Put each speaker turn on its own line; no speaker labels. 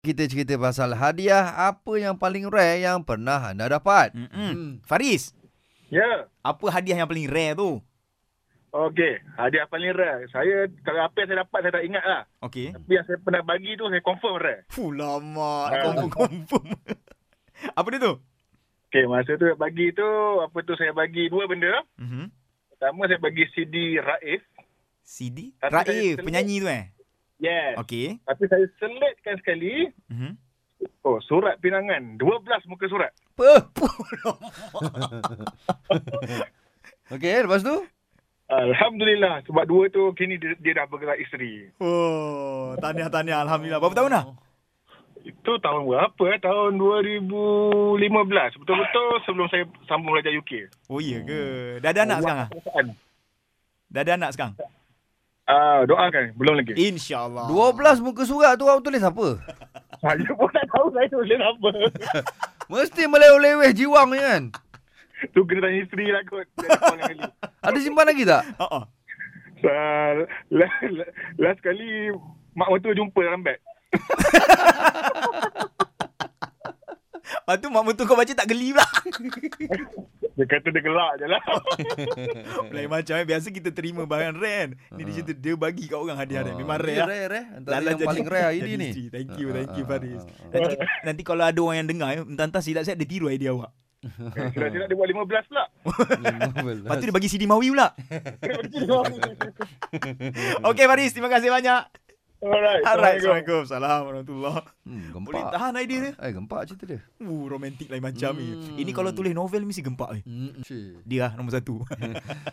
Kita cerita pasal hadiah apa yang paling rare yang pernah anda dapat. Hmm.
Mm-mm. Faris,
Ya,
apa hadiah yang paling rare tu?
okey. Hadiah paling rare. Saya, kalau apa yang saya dapat, saya tak ingat lah.
Okey.
Tapi yang saya pernah bagi tu, saya confirm rare.
Fuh, lama.
Ah.
Confirm-confirm. apa dia tu?
Okey, masa tu bagi tu, apa tu saya bagi dua benda.
Mm-hmm.
Pertama, saya bagi CD Raif.
CD?
Tapi saya
Raif,
selit.
penyanyi tu eh?
Yes. Okay.
Okey.
Tapi saya selitkan sekali,
Mm-hmm.
oh, surat pinangan. 12 muka surat.
Apa? Okey, lepas tu?
Alhamdulillah, sebab dua tu kini dia, dia dah bergerak isteri.
Oh, tahniah-tahniah. Alhamdulillah. Berapa tahun dah?
Itu tahun berapa? eh? Tahun 2015. Betul-betul sebelum saya sambung belajar UK.
Oh, iya ke? Dah ada anak sekarang? ah?
Perasaan.
Dah ada anak sekarang?
Ah, doakan. Belum lagi.
InsyaAllah.
12 muka surat tu awak tulis apa?
Saya pun tak tahu saya tulis apa.
Mesti meleweh-leweh jiwang ni kan.
tu kena tanya isteri lah kot. Dia ada call kali.
Ada simpan lagi tak?
Uh-uh.
Uh, last, last kali mak mertua jumpa dalam beg.
Lepas tu mak mertua kau baca tak geli pula.
Dia kata dia gelak je lah.
Lain macam eh. Biasa kita terima barang rare kan. Ni dia cerita dia bagi kat orang hadiah dia. Memang
Ini
rare lah.
Ah, rare, rare. Antara
Lala
yang paling rare hari
jadi
ni.
isteri. Thank you, thank
Ah,
you
ah,
Faris.
ah, ah, ah.
Nanti, nanti kalau ada orang yang dengar, eh, entah-entah silap-silap dia tiru idea awak.
Silap-silap dia buat lah. 15 pula.
Lepas tu dia bagi CD Mawi pula. okay Faris, terima kasih banyak.
Alright.
Alright, Assalamualaikum. Salam warahmatullahi
Hmm,
Boleh
gempak.
tahan idea dia.
Eh, gempak cerita dia.
Uh, romantik lain macam ni.
Hmm.
Ini kalau tulis novel mesti gempak. Eh.
Hmm.
Dia lah nombor satu.